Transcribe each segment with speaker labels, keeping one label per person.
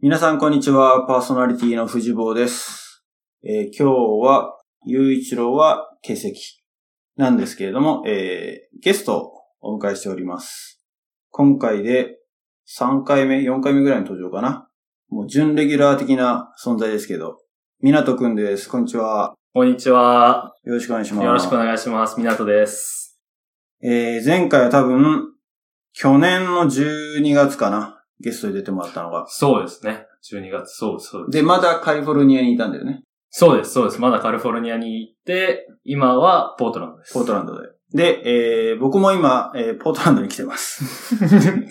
Speaker 1: 皆さん、こんにちは。パーソナリティの藤坊です。えー今日は、雄一郎は欠席なんですけれども、えーゲストをお迎えしております。今回で3回目、4回目ぐらいの登場かな。もう、準レギュラー的な存在ですけど、港くんです。こんにちは。
Speaker 2: こんにちは。
Speaker 1: よろしくお願いします。
Speaker 2: よろしくお願いします。みなとです。
Speaker 1: えー前回は多分、去年の12月かな。ゲストで出てもらったのが。
Speaker 2: そうですね。12月、そうそうで
Speaker 1: で、
Speaker 2: す。
Speaker 1: まだカリフォルニアにいたんだよね。
Speaker 2: そうです、そうです。まだカリフォルニアに行って、今はポートランドです。
Speaker 1: ポートランドで。で、えー僕も今、えーポートランドに来てます。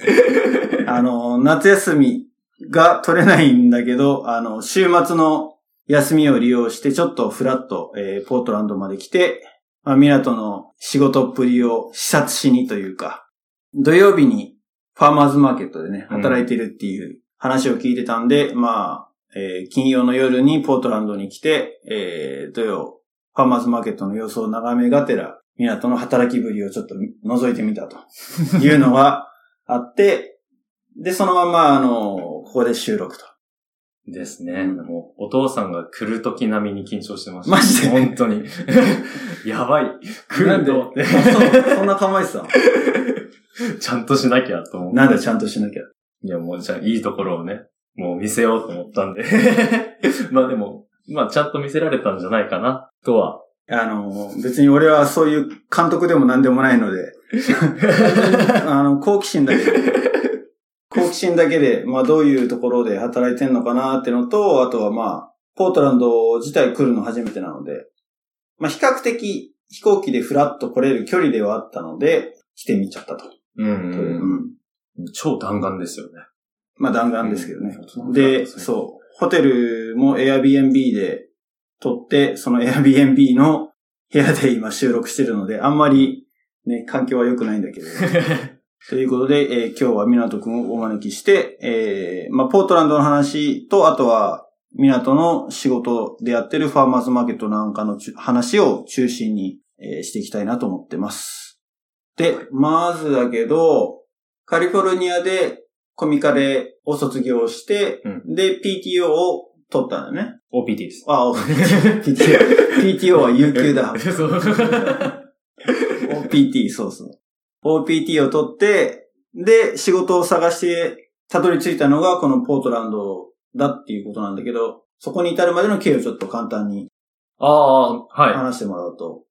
Speaker 1: あの、夏休みが取れないんだけど、あの、週末の休みを利用して、ちょっとフラッと、えーポートランドまで来て、まあ、港の仕事っぷりを視察しにというか、土曜日にファーマーズマーケットでね、
Speaker 2: うん
Speaker 1: 働いてるっていう話を聞いてたんで、まあ、えー金曜の夜にポートランドに来て、えー土曜、ファーマーズマーケットの様子を眺めがてら、港の働きぶりをちょっと覗いてみたというのがあって、で、そのまま、あの、ここで収録と。
Speaker 2: ですね。もう、お父さんが来る時並みに緊張してました。
Speaker 1: マジで
Speaker 2: 本当 に。やばい。来 る
Speaker 1: なん
Speaker 2: と
Speaker 1: で、そそんな構えてた の
Speaker 2: ちゃんとしなきゃと思って。
Speaker 1: なんでちゃんとしなきゃ。
Speaker 2: いや、もうじゃあ、いいところをね、もう見せようと思ったんで。 まあでも、まあ、ちゃんと見せられたんじゃないかな、とは。
Speaker 1: あの、別に俺はそういう監督でも何でもないので、 あの、好奇心だ けで、好奇心だけで、まあどういうところで働いてんのかなってのと、あとはまあ、ポートランド自体来るの初めてなので、まあ比較的飛行機でフラッと来れる距離ではあったので、来てみちゃったと。
Speaker 2: うん
Speaker 1: う
Speaker 2: うん。
Speaker 1: ん
Speaker 2: 超弾丸ですよね。
Speaker 1: まあ弾丸ですけどね。
Speaker 2: うん
Speaker 1: で、そう。ホテルも Airbnb で取って、その Airbnb の部屋で今収録してるので、あんまりね、環境は良くないんだけど。 ということで、えー今日は港くんをお招きして、えーまあ、ポートランドの話と、あとは、港の仕事でやってるファーマーズマーケットなんかのちゅ話を中心に、えーしていきたいなと思ってます。で、まずだけど、カリフォルニアでコミカレを卒業して、
Speaker 2: う
Speaker 1: で、PTO を取ったんだよね。
Speaker 2: OPT です。
Speaker 1: あ、お PTO。PTO は有給 だ。
Speaker 2: そう。
Speaker 1: OPT、そうそう。OPT を取って、で、仕事を探して、たどり着いたのがこのポートランドだっていうことなんだけど、そこに至るまでの経緯をちょっと簡単に
Speaker 2: ああ、はい。
Speaker 1: 話してもらうと。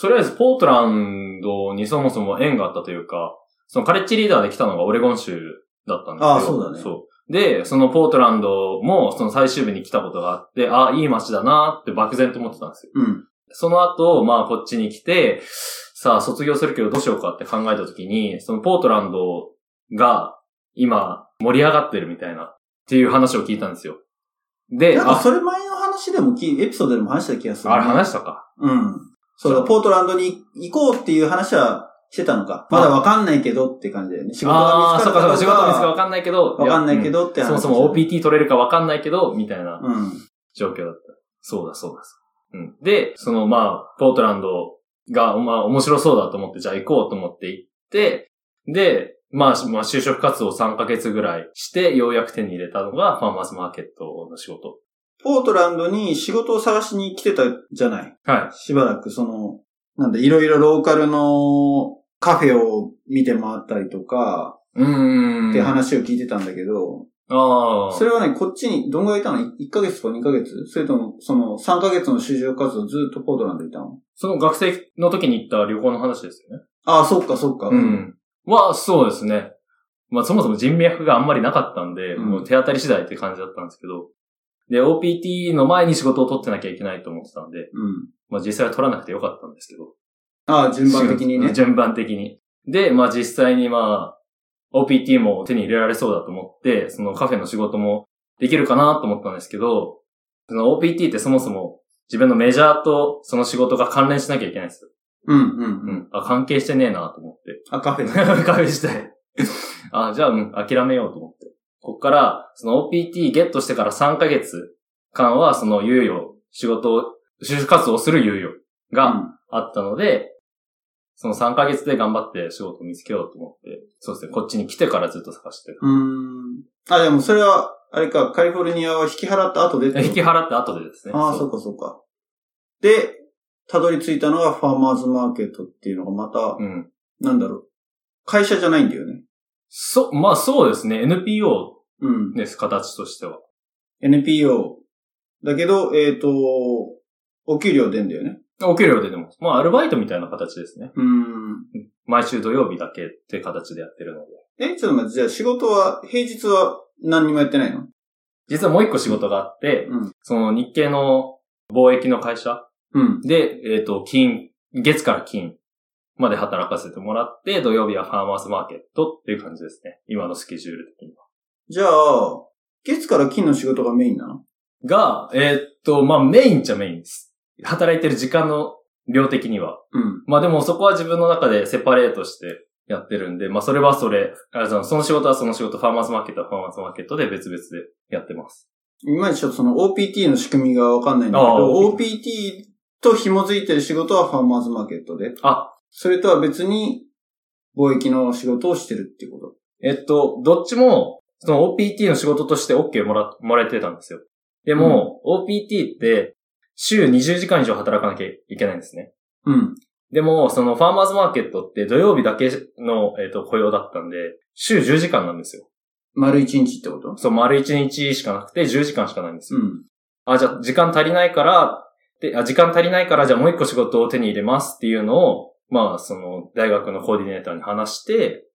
Speaker 2: とりあえず、ポートランドにそもそも縁があったというか、そのカレッジリーダーで来たのがオレゴン州だったんですよ。
Speaker 1: ああそうだね
Speaker 2: そう。で、そのポートランドも、その最終日に来たことがあって、ああ、いい街だなって漠然と思ってたんですよ。
Speaker 1: うん。
Speaker 2: その後、まあ、こっちに来て、さあ、卒業するけどどうしようかって考えた時に、そのポートランドが今盛り上がってるみたいなっていう話を聞いたんですよ。で、
Speaker 1: なんか
Speaker 2: あ、
Speaker 1: それ前の話でもき、エピソードでも話した気がする、
Speaker 2: あれ話したか。
Speaker 1: うん。そうだ、ポートランドに行こうっていう話はしてたのか。まだわかんないけどって感じだよね。仕事が
Speaker 2: ああ
Speaker 1: 見
Speaker 2: ー、
Speaker 1: つ
Speaker 2: そ
Speaker 1: か
Speaker 2: う
Speaker 1: るか
Speaker 2: かそ
Speaker 1: ど
Speaker 2: う
Speaker 1: うか
Speaker 2: か、仕事見つかわかんないけど、
Speaker 1: わかんないけ
Speaker 2: ど、
Speaker 1: どって
Speaker 2: うん
Speaker 1: 話
Speaker 2: そもそも OPT 取れるかわかんないけど、みたいな
Speaker 1: うん。
Speaker 2: 状況だった。そうだ、そうだ。そううん。で、そのまあ、ポートランドが、まあ、面白そうだと思って、じゃあ行こうと思って行って、で、まあ、しまあ、就職活動3ヶ月ぐらいして、ようやく手に入れたのが、ファーマーズマーケットの仕事。
Speaker 1: ポートランドに仕事を探しに来てたじゃない。
Speaker 2: は
Speaker 1: しばらくその、なんだ、いろいろローカルのカフェを見て回ったりとか、
Speaker 2: い。うーん。
Speaker 1: って。話を聞いてたんだけど、
Speaker 2: ああ。
Speaker 1: それはね、こっちにどんぐらいいたの ?1 ヶ月とか2ヶ月それとも、その3ヶ月の就職活動ずっとポートランドにいたの
Speaker 2: その学生の時に行った旅行の話ですよね。
Speaker 1: ああ、そっかそっか。
Speaker 2: うん。は、そうですね。まあそもそも人脈があんまりなかったんで、
Speaker 1: うん
Speaker 2: もう手当たり次第って感じだったんですけど、で、OPT の前に仕事を取ってなきゃいけないと思ってたんで、
Speaker 1: うん。
Speaker 2: まあ実際は取らなくてよかったんですけど。
Speaker 1: ああ、順番的にね。
Speaker 2: 順番的に。で、まあ実際にまあ、OPT も手に入れられそうだと思って、そのカフェの仕事もできるかなと思ったんですけど、その OPT ってそもそも自分のメジャーとその仕事が関連しなきゃいけないんですよ。
Speaker 1: うんうん
Speaker 2: う
Speaker 1: うん。
Speaker 2: ん。あ、関係してねえなと思って。
Speaker 1: あ、カフェね。
Speaker 2: カフェ自体。あ、じゃあ、うん、諦めようと思って。こっから、その OPT ゲットしてから3ヶ月間は、その猶予、仕事を、就職活動をする猶予があったので、その3ヶ月で頑張って仕 事を見つけようと思って、そうですね、こっちに来てからずっと探してる。
Speaker 1: うん。うーん。あ、でもそれは、あれか、カリフォルニアは引き払った後でってこと
Speaker 2: 引き払って後でですね。
Speaker 1: ああ、そうかそうか。で、たどり着いたのがファーマーズマーケットっていうのがまた、
Speaker 2: うん。
Speaker 1: なんだろう。会社じゃないんだよね。
Speaker 2: そ、まあそうですね。NPO
Speaker 1: うん。
Speaker 2: です、形としては。
Speaker 1: NPO。だけど、えっ、と、お給料出んだよね。
Speaker 2: お給料出てます。まあアルバイトみたいな形ですね。
Speaker 1: うん。
Speaker 2: 毎週土曜日だけって形でやってるので。
Speaker 1: え、ちょっと待って、じゃあ仕事は、平日は何にもやってないの
Speaker 2: 実はもう一個仕事があって、
Speaker 1: うん。
Speaker 2: その日系の貿易の会社
Speaker 1: うん。
Speaker 2: で、えっ、と、金、月から金まで働かせてもらって、土曜日はファーマーズマーケットっていう感じですね。今のスケジュール的には。
Speaker 1: じゃあ、月から金の仕事がメインなの
Speaker 2: が、えっ、と、まあ、メインっちゃメインです。働いてる時間の量的には。
Speaker 1: うん。
Speaker 2: まあでもそこは自分の中でセパレートしてやってるんで、まあそれはそれ、あそのその仕事はその仕事、ファーマーズマーケットはファーマーズマーケットで別々でやってます。
Speaker 1: いまいちちょっとその OPT の仕組みがわかんないんだけ
Speaker 2: あ
Speaker 1: ど、
Speaker 2: ー
Speaker 1: OPT と紐づいてる仕事はファーマーズマーケットで。
Speaker 2: あ、
Speaker 1: それとは別に、貿易の仕事をしてるっていうこと。
Speaker 2: えっ、と、どっちも、その OPT の仕事として OK もら、もらえてたんですよ。でも、OPT って、週20時間以上働かなきゃいけないんですね。
Speaker 1: うん。
Speaker 2: でも、そのファーマーズマーケットって土曜日だけの、えっ、と、雇用だったんで、週10時間なんですよ。
Speaker 1: 丸一日ってこと
Speaker 2: そう、丸1日しかなくて10時間しかないんですよ。
Speaker 1: ん。
Speaker 2: あ、じゃあ、時間足りないから、で、あ、時間足りないから、じゃあもう一個仕事を手に入れますっていうのを、まあ、その、大学のコーディネーターに話して、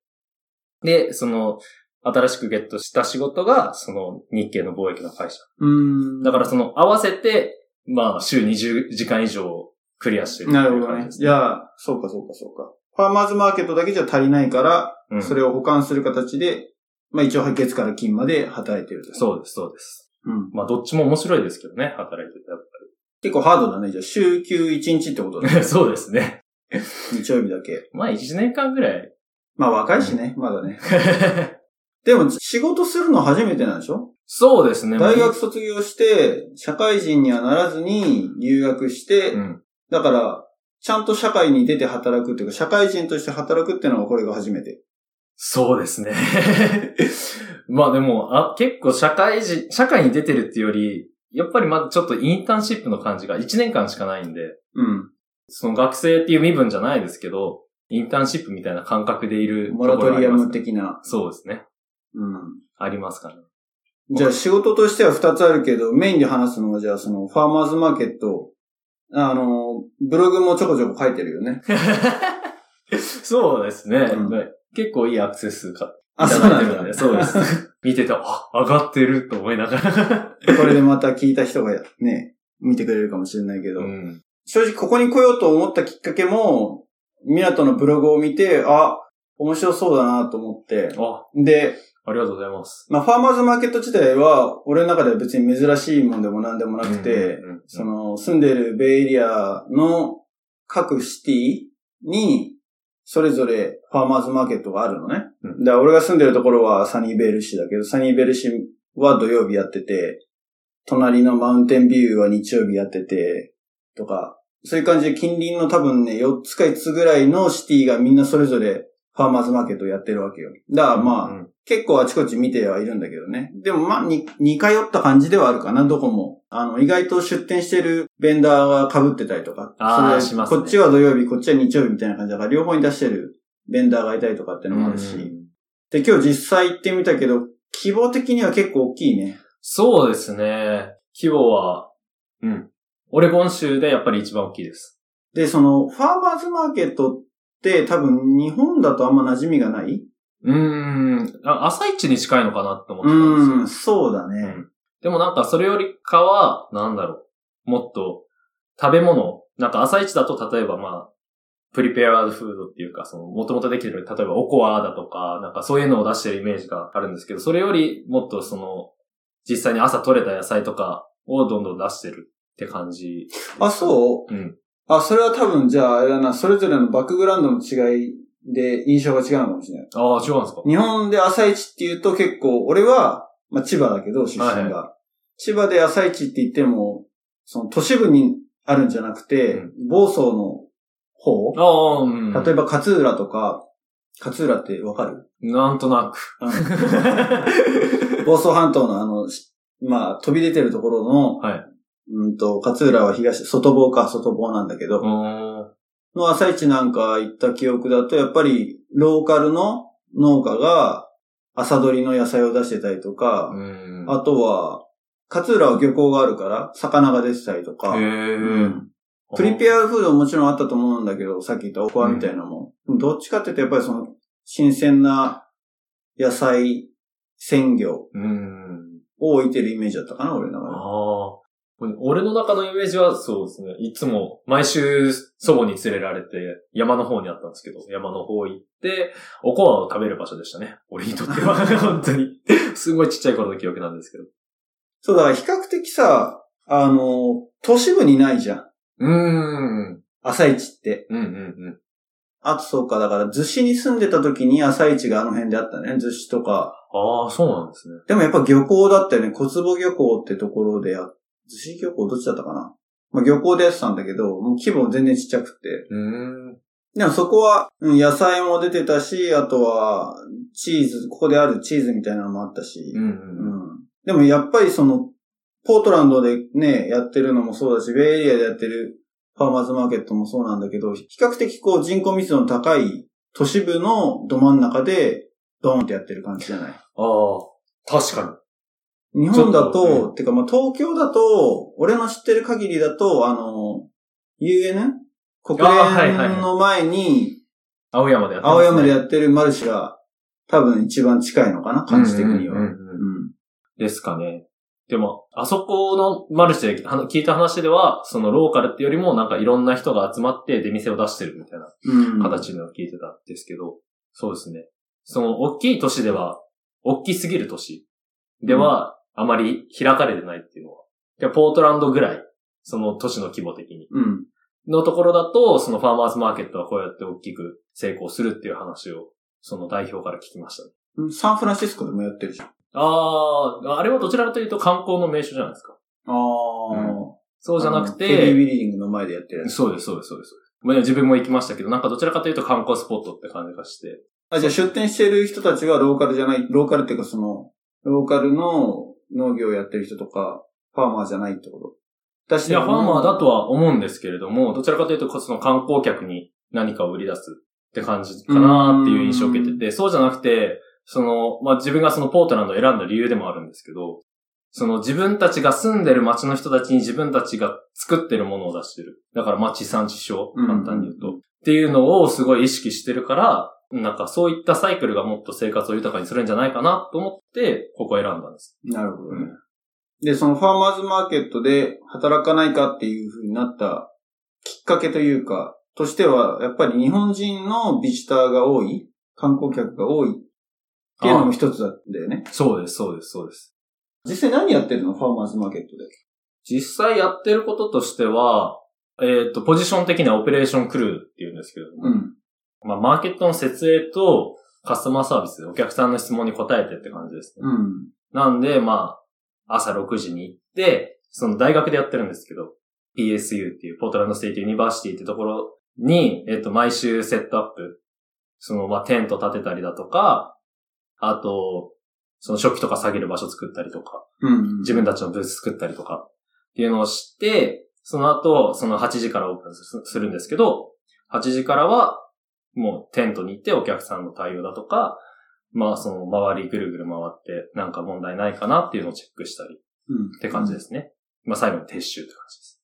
Speaker 2: で、その、新しくゲットした仕事が、その、日系の貿易の会社。
Speaker 1: うん。
Speaker 2: だからその、合わせて、まあ、週20時間以上クリアしてるって
Speaker 1: なる
Speaker 2: いう
Speaker 1: ほど
Speaker 2: 感じ
Speaker 1: ね。
Speaker 2: です、
Speaker 1: じゃあ、そうかそうかそうか。ファーマーズマーケットだけじゃ足りないから、
Speaker 2: うん
Speaker 1: それを保管する形で、まあ一応月から金まで働いてると。
Speaker 2: そうです、そうです。
Speaker 1: う。うん。
Speaker 2: まあ、どっちも面白いですけどね、働いててや っ
Speaker 1: 結構ハードだね。じゃあ、週休1日ってことだ
Speaker 2: ぱり。
Speaker 1: ね。
Speaker 2: そうですね。
Speaker 1: 日曜日だけ。
Speaker 2: まあ、1年間ぐらい。
Speaker 1: まあ若いしね、まだね。でも仕事するの初めてなんでしょ
Speaker 2: そうですね。
Speaker 1: 大学卒業して、社会人にはならずに留学して、
Speaker 2: うん。
Speaker 1: だから、ちゃんと社会に出て働くっていうか、社会人として働くっていうのはこれが初めて。
Speaker 2: そうですね。 まあでも、あ、結構社会人、社会に出てるっていうより、やっぱりまだちょっとインターンシップの感じが1年間しかないんで、
Speaker 1: うん。
Speaker 2: その学生っていう身分じゃないですけど、インターンシップみたいな感覚でいるとこ
Speaker 1: モラ
Speaker 2: ろが
Speaker 1: ト
Speaker 2: あ
Speaker 1: リ
Speaker 2: り
Speaker 1: ア
Speaker 2: ます
Speaker 1: ム
Speaker 2: ね、
Speaker 1: 的な。
Speaker 2: そうですね。
Speaker 1: うん。
Speaker 2: ありますかね。
Speaker 1: じゃあ仕事としては2つあるけど、メインで話すのはじゃあそのファーマーズマーケット、あの、ブログもちょこちょこ書いてるよ ね。
Speaker 2: そうですね、
Speaker 1: うん
Speaker 2: ね結構いいアクセスか。
Speaker 1: あ、
Speaker 2: い
Speaker 1: そ
Speaker 2: た
Speaker 1: う
Speaker 2: だ
Speaker 1: ない
Speaker 2: て
Speaker 1: ん
Speaker 2: る
Speaker 1: だ。
Speaker 2: んで。そうです。 見てて、あ、上がってると思いながら。
Speaker 1: これでまた聞いた人がね、見てくれるかもしれないけど、
Speaker 2: うん。
Speaker 1: 正直ここに来ようと思ったきっかけも、ミナトのブログを見て、あ、面白そうだなと思って。
Speaker 2: あ、
Speaker 1: で、
Speaker 2: ありがとうございます。
Speaker 1: まあ、ファーマーズマーケット自体は、俺の中では別に珍しいもんでも何でもなくて、
Speaker 2: うんうんうん
Speaker 1: その、住んでるベイエリアの各シティに、それぞれファーマーズマーケットがあるのね。
Speaker 2: うん
Speaker 1: で、俺が住んでるところはサニーベール市だけど、サニーベール市は土曜日やってて、隣のマウンテンビューは日曜日やってて、とか、そういう感じで近隣の多分ね、4つか5つぐらいのシティがみんなそれぞれファーマーズマーケットをやってるわけよ。だからまあ、
Speaker 2: うん
Speaker 1: 結構あちこち見てはいるんだけどね。でもまあ、に、似通った感じではあるかな、どこも。あの、意外と出店してるベンダーが被ってたりとか。
Speaker 2: あー
Speaker 1: それ
Speaker 2: しますね
Speaker 1: こっちは土曜日、こっちは日曜日みたいな感じだから、両方に出してるベンダーがいたりとかってのもあるし。
Speaker 2: うん
Speaker 1: で、今日実際行ってみたけど、規模的には結構大きいね。
Speaker 2: そうですね。規模は、うん。オレゴン州でやっぱり一番大きいです。
Speaker 1: で、その、ファーマーズマーケットって多分日本だとあんま馴染みがないう
Speaker 2: ーん。あ朝市に近いのかなって思ってたんですよ。
Speaker 1: うん、そうだね。
Speaker 2: でもなんかそれよりかは、なんだろう。もっと、食べ物。なんか朝市だと例えばまあ、プリペアードフードっていうか、その、もともとできてる、例えばおこわだとか、なんかそういうのを出してるイメージがあるんですけど、それよりもっとその、実際に朝採れた野菜とかをどんどん出してるって感じ。
Speaker 1: あ、そう
Speaker 2: うん。
Speaker 1: あ、それは多分じゃあ、あれだな、それぞれのバックグラウンドの違いで印象が違うのかもしれない。
Speaker 2: ああ、違うんですか
Speaker 1: 日本で朝市っていうと結構、俺は、まあ千葉だけど、出身が。
Speaker 2: はい
Speaker 1: 千葉で朝市って言っても、その都市部にあるんじゃなくて、
Speaker 2: う
Speaker 1: 房総の方、
Speaker 2: ああ、うん。
Speaker 1: 例えば勝浦とか、勝浦ってわかる
Speaker 2: なんとなく。
Speaker 1: 房総半島のあの、しまあ、飛び出てるところの、
Speaker 2: はい
Speaker 1: うんと、勝浦は東、外房か外房なんだけど、
Speaker 2: お
Speaker 1: の朝市なんか行った記憶だと、やっぱり、ローカルの農家が朝取りの野菜を出してたりと
Speaker 2: ー
Speaker 1: か、
Speaker 2: うん。
Speaker 1: あとは、勝浦は漁港があるから、魚が出てたりとか、
Speaker 2: へ
Speaker 1: う
Speaker 2: ー
Speaker 1: んプリペアフードももちろんあったと思うんだけど、さっき言ったおこわみたいなのも。どっちかって言うとやっぱりその、新鮮な野菜、鮮魚
Speaker 2: うん。
Speaker 1: を置いてるイメージだったかな、俺の中で。
Speaker 2: ああ。俺の中のイメージはそうですね。いつも、毎週、祖母に連れられて、山の方にあったんですけど、山の方行って、おこわを食べる場所でしたね。俺にとって は、本当に。すごいちっちゃい頃の記憶なんですけど。
Speaker 1: そうだ、比較的さ、あの、都市部にないじゃん。
Speaker 2: うーん。
Speaker 1: 朝市って。
Speaker 2: うんうん
Speaker 1: あとそうか、だから、逗子に住んでた時に朝市があの辺であったね、逗子とか。
Speaker 2: うん。ああ、そうなんですね。
Speaker 1: でもやっぱ漁港だったよね、小坪漁港ってところであ、逗子漁港どっちだったかな。まあ漁港でやってたんだけど、もう規模全然ちっちゃくて。
Speaker 2: うーん。
Speaker 1: でもそこは、うん、野菜も出てたし、あとは、チーズ、ここであるチーズみたいなのもあったし、
Speaker 2: う
Speaker 1: うんんでもやっぱりその、ポートランドでね、やってるのもそうだし、ベイエリアでやってるファーマーズマーケットもそうなんだけど、比較的こう人口密度の高い都市部のど真ん中で、ドーンってやってる感じじゃない
Speaker 2: ああ、確か
Speaker 1: 日本だ
Speaker 2: ちょっと
Speaker 1: と、てかまあ東京だと、俺の知ってる限りだと、あの、UN? 国
Speaker 2: あーはいはいはい
Speaker 1: 連の前に、
Speaker 2: に。青山でやって
Speaker 1: 青山で
Speaker 2: っ
Speaker 1: やってるマルシェが多分一番近いのかな、感じ的には。
Speaker 2: う
Speaker 1: う
Speaker 2: んうんんうんうんですかね。でも、あそこのマルシェであの聞いた話では、そのローカルってよりもなんかいろんな人が集まって出店を出してるみたいな
Speaker 1: うん
Speaker 2: 形のを聞いてたんですけど、そうですね。その大きい都市では、大きすぎる都市では、あまり開かれてないっていうのは。でポートランドぐらい、その都市の規模的に。
Speaker 1: うん。
Speaker 2: のところだと、そのファーマーズマーケットはこうやって大きく成功するっていう話を、その代表から聞きましたね。
Speaker 1: うんサンフランシスコでもやってるじゃん。あ
Speaker 2: あー、あれはどちらかというと観光の名所じゃないですか。
Speaker 1: あ。
Speaker 2: そうじゃなく
Speaker 1: ヘビー
Speaker 2: て、
Speaker 1: ビリーディングの前でやってるやつ。
Speaker 2: そうです、そうです、そうです。まあ自分も行きましたけど、なんかどちらかというと観光スポットって感じがして。
Speaker 1: あ、じゃあ出店してる人たちはローカルじゃない、ローカルっていうかその、ローカルの農業をやってる人とか、ファーマーじゃないってこと出し
Speaker 2: い
Speaker 1: て
Speaker 2: や、
Speaker 1: る
Speaker 2: ファー
Speaker 1: もの
Speaker 2: マーだとは思うんですけれども、どちらかというと、その観光客に何かを売り出すって感じかなっていう印象を受けてて、そうじゃなくて、その、まあ、自分がそのポートランドを選んだ理由でもあるんですけど、その自分たちが住んでる街の人たちに自分たちが作ってるものを出してる。だから、まあ、地産地消、
Speaker 1: うん
Speaker 2: 簡単に言うと。っていうのをすごい意識してるから、なんかそういったサイクルがもっと生活を豊かにするんじゃないかなと思って、ここを選んだんです。
Speaker 1: なるほどね。
Speaker 2: うん
Speaker 1: で、そのファーマーズマーケットで働かないかっていう風になったきっかけというか、としては、やっぱり日本人のビジターが多い、観光客が多いっていうのも一つなんだよね。
Speaker 2: そうです、そうです、そうです。
Speaker 1: 実際何やってるのファーマーズマーケットで。
Speaker 2: 実際やってることとしては、えっ、と、ポジション的にはオペレーションクルーって言うんですけれども、
Speaker 1: うん。
Speaker 2: まあ、マーケットの設営とカスタマーサービス、お客さんの質問に答えてって感じですね。
Speaker 1: うん。
Speaker 2: なんで、まあ、朝6時に行って、その大学でやってるんですけど、PSU っていう、ポートランドステイトユニバーシティってところに、えっと、毎週セットアップ。その、まあ、テント立てたりだとか、あと、その初期とか下げる場所作ったりとか、
Speaker 1: うん。
Speaker 2: 自分たちのブース作ったりとか、っていうのをして、その後、その8時からオープンすするんですけど、8時からは、もうテントに行ってお客さんの対応だとか、まあその周りぐるぐる回って、なんか問題ないかなっていうのをチェックしたりっ
Speaker 1: うん。って。
Speaker 2: 感じですすね。まあ最後に撤収って感じです。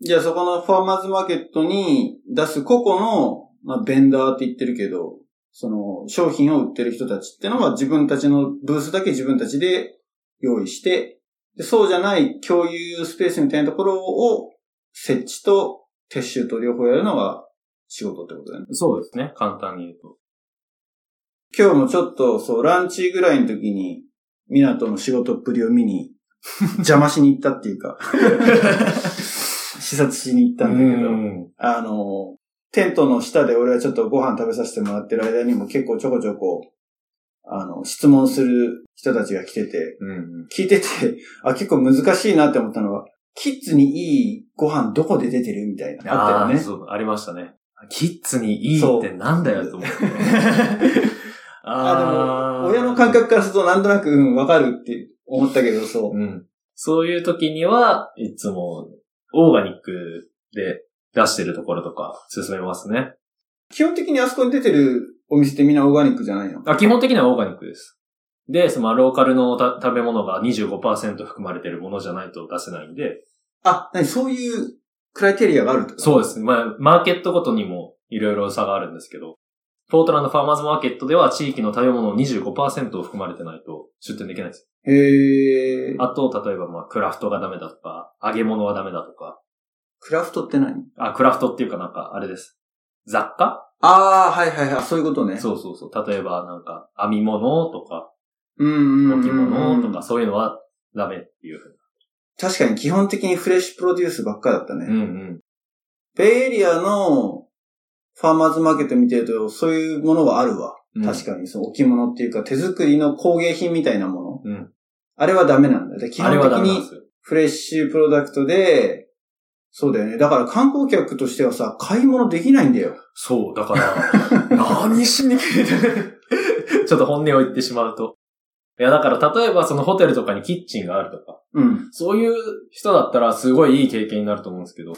Speaker 1: じゃあそこのファーマーズマーケットに出す個々の、まあ、ベンダーって言ってるけど、その商品を売ってる人たちってのは自分たちのブースだけ自分たちで用意して、でそうじゃない共有スペースみたいなところを設置と撤収と両方やるのが仕事ってことだよね。
Speaker 2: そうですね。簡単に言うと。
Speaker 1: 今日もちょっとそうランチぐらいの時に港の仕事っぷりを見 に邪魔しに行ったっていう か、視察しに行ったんだけど、あの、テントの下で俺はちょっとご飯食べさせてもらってる間にも結構ちょこちょこ、あの、質問する人たちが来てて、
Speaker 2: うんうん。
Speaker 1: 聞いてて、あ、結構難しいなって思ったのは、キッズにいいご飯どこで出てるみたいな。あったよね。
Speaker 2: ーそう、ありましたね。キッズにいいってなんだよと思 って。
Speaker 1: あ、でも、
Speaker 2: ー
Speaker 1: 親の感覚からするとなんとなく、うん、わかるって思ったけど、そう。
Speaker 2: うん。そういう時には、いつも、オーガニックで出してるところとか、進めますね。
Speaker 1: 基本的にあそこに出てるお店ってみんなオーガニックじゃないの
Speaker 2: あ基本的にはオーガニックです。で、その、ローカルのた食べ物が25%含まれてるものじゃないと出せないんで、
Speaker 1: あ、なに、そういうクライテリアがあるってこと
Speaker 2: そうですね。まあ、マーケットごとにもいろいろ差があるんですけど、ポートランドファーマーズマーケットでは地域の食べ物の25%を含まれてないと出店できないです。
Speaker 1: へえ。
Speaker 2: あと、例えばまあ、クラフトがダメだとか、揚げ物はダメだとか、
Speaker 1: クラフトって何
Speaker 2: あ、クラフトっていうかなんか、あれです。雑貨
Speaker 1: ああ、はいはいはい、そういうことね。う。
Speaker 2: そうそうそう。例えば、なんか、編み物とか、
Speaker 1: うんうんうん、
Speaker 2: 置物とか、
Speaker 1: か。
Speaker 2: そういうのはダメっていうふう
Speaker 1: 確かに基本的にフレッシュプロデュースばっかだったね。
Speaker 2: な。うんうん。
Speaker 1: ベイエリアのファーマーズマーケット見てると、そういうものはあるわ。
Speaker 2: うん
Speaker 1: 確かに、そう、置物っていうか、手作りの工芸品みたいなもの。
Speaker 2: うん
Speaker 1: あれはダメなんだよ。で基
Speaker 2: あ
Speaker 1: 本
Speaker 2: れ
Speaker 1: 的
Speaker 2: はダメなんで
Speaker 1: に
Speaker 2: すよ。
Speaker 1: フレッシュプロダクトで、そうだよね。だから観光客としてはさ、買い物できないんだよ。
Speaker 2: そう、だから、 何しに来る ちょっと本音を言ってしまうと。いや、だから、例えばそのホテルとかにキッチンがあるとか、
Speaker 1: うん。
Speaker 2: そういう人だったらすごいいい経験になると思うんですけど、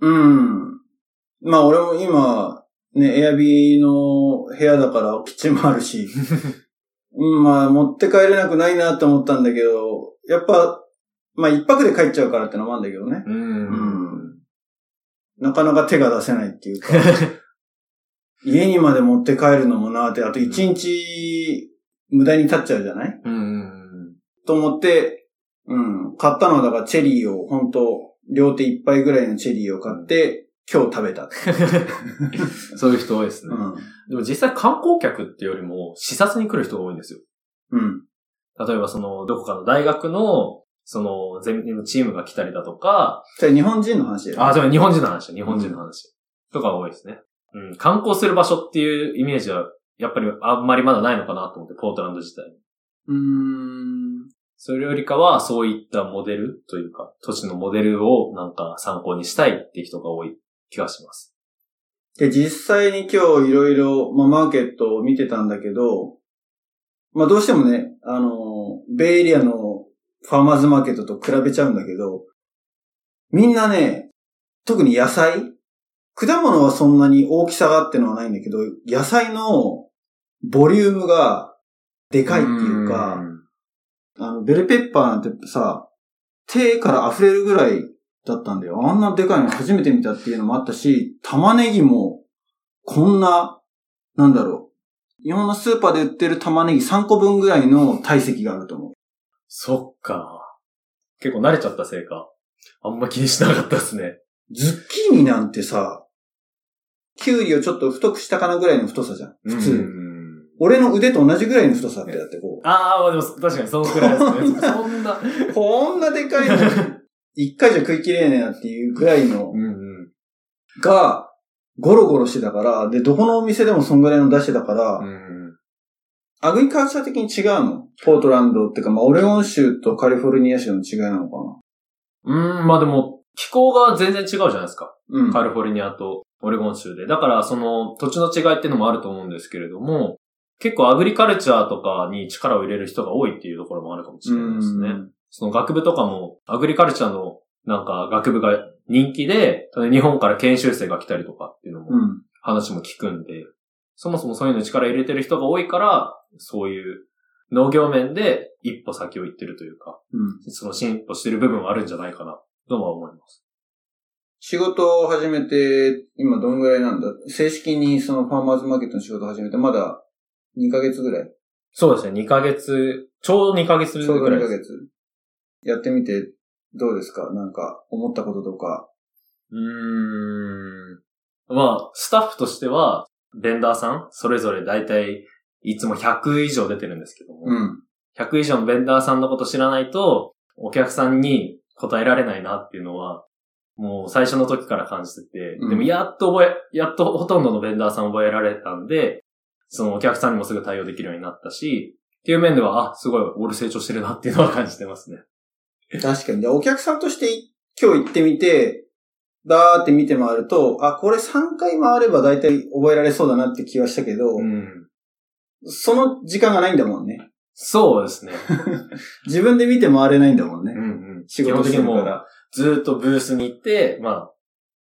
Speaker 1: うん。まあ俺も今、ね、エアビーの部屋だからキッチンもある し、うんまあ持って帰れなくないなと思ったんだけど、やっぱ、まあ一泊で帰っちゃうからってのもあるんだけどね。
Speaker 2: う
Speaker 1: うん。なかなか手が出せないって いうか、家にまで持って帰るのもなって、あと一日無駄に経っちゃうじゃない
Speaker 2: うんうん。
Speaker 1: と思って、うん、買ったのはだからチェリーを、本当両手一杯ぐらいのチェリーを買って、今日食べた。
Speaker 2: そういう人多いですね。
Speaker 1: うん。
Speaker 2: でも実際観光客っていうよりも視察に来る人が多いんですよ。
Speaker 1: うん。
Speaker 2: 例えばその、どこかの大学の、その、ゼミのチームが来たりだとか、
Speaker 1: それ日本人の話だよね。
Speaker 2: あ、そう日本人の話、日本人の話、とかが多いですね。うん、観光する場所っていうイメージは、やっぱりあんまりまだないのかなと思って、ポートランド自体に。
Speaker 1: うーん。
Speaker 2: それよりかは、そういったモデルというか、都市のモデルをなんか参考にしたいって人が多い気がします。
Speaker 1: で、実際に今日いろいろ、まあ、マーケットを見てたんだけど、まあ、どうしてもね、あの、ベイエリアのファーマーズマーケットと比べちゃうんだけど、みんなね、特に野菜果物はそんなに大きさがあってのはないんだけど、野菜のボリュームがでかいっていうか、あの、ベルペッパーなんてさ、手から溢れるぐらいだったんだよ。あんなでかいの初めて見たっていうのもあったし、玉ねぎも、こんな、なんだろう。日本のスーパーで売ってる玉ねぎ3個分ぐらいの体積があると思う。
Speaker 2: そっか。結構慣れちゃったせいか。あんま気にしなかったですね。
Speaker 1: ズッキーニなんてさ、キュウリをちょっと太くしたかなぐらいの太さじゃん。普通。
Speaker 2: うん
Speaker 1: 俺の腕と同じぐらいの太さってだってこ
Speaker 2: ああ、まあでも確かにそのくらいですね。そんな。
Speaker 1: う。こんなでかいの。一回じゃ食いきれねえなっていうぐらいの
Speaker 2: うんうん。
Speaker 1: が、ゴロゴロしてたから、で、どこのお店でもそんぐらいの出してたから、
Speaker 2: うん
Speaker 1: アグリカルチャー的に違うのポートランドってか、まあ、オレゴン州とカリフォルニア州の違いなのか
Speaker 2: うん。うん、まあでも、気候が全然違うじゃないですか。
Speaker 1: なうん。
Speaker 2: カリフォルニアとオレゴン州で。だから、その土地の違いっていうのもあると思うんですけれども、結構アグリカルチャーとかに力を入れる人が多いっていうところもあるかもしれないですね。
Speaker 1: うん
Speaker 2: その学部とかも、アグリカルチャーのなんか学部が人気で、日本から研修生が来たりとかっていうのも
Speaker 1: うん。
Speaker 2: 話も聞くんで、そもそもそういうのに力入れてる人が多いから、そういう農業面で一歩先を行ってるというか、
Speaker 1: うん。
Speaker 2: その進歩してる部分はあるんじゃないかな、とは思います。
Speaker 1: 仕事を始めて、今どんぐらいなんだ正式にそのファーマーズマーケットの仕事を始めて、まだ2ヶ月ぐらい
Speaker 2: そうですね、2ヶ月、ちょうど2ヶ月
Speaker 1: ちょうど
Speaker 2: ぐら
Speaker 1: 2
Speaker 2: い
Speaker 1: ヶ
Speaker 2: です。
Speaker 1: 月。やってみて、どうですかなんか、思ったこととか。
Speaker 2: うーん。まあ、スタッフとしては、ベンダーさん、それぞれ大体、いつも100以上出てるんですけども、
Speaker 1: うん。
Speaker 2: 100以上のベンダーさんのこと知らないと、お客さんに答えられないなっていうのは、もう最初の時から感じてて、
Speaker 1: うん
Speaker 2: でもやっと覚え、やっとほとんどのベンダーさん覚えられたんで、そのお客さんにもすぐ対応できるようになったし、っていう面では、あ、すごい、俺成長してるなっていうのは感じてますね。
Speaker 1: 確かに。で、お客さんとして今日行ってみて、だーって見て回ると、あ、これ3回回れば大体覚えられそうだなって気はしたけど、
Speaker 2: うん。
Speaker 1: その時間がないんだもんね。
Speaker 2: そう ですね。
Speaker 1: 自分で見て回れないんだもんね。
Speaker 2: んうん。
Speaker 1: 仕
Speaker 2: 仕
Speaker 1: 事
Speaker 2: 事
Speaker 1: し
Speaker 2: 的
Speaker 1: て
Speaker 2: に
Speaker 1: る
Speaker 2: も
Speaker 1: か
Speaker 2: う、
Speaker 1: ら。
Speaker 2: ずーっとブースに行って、まあ、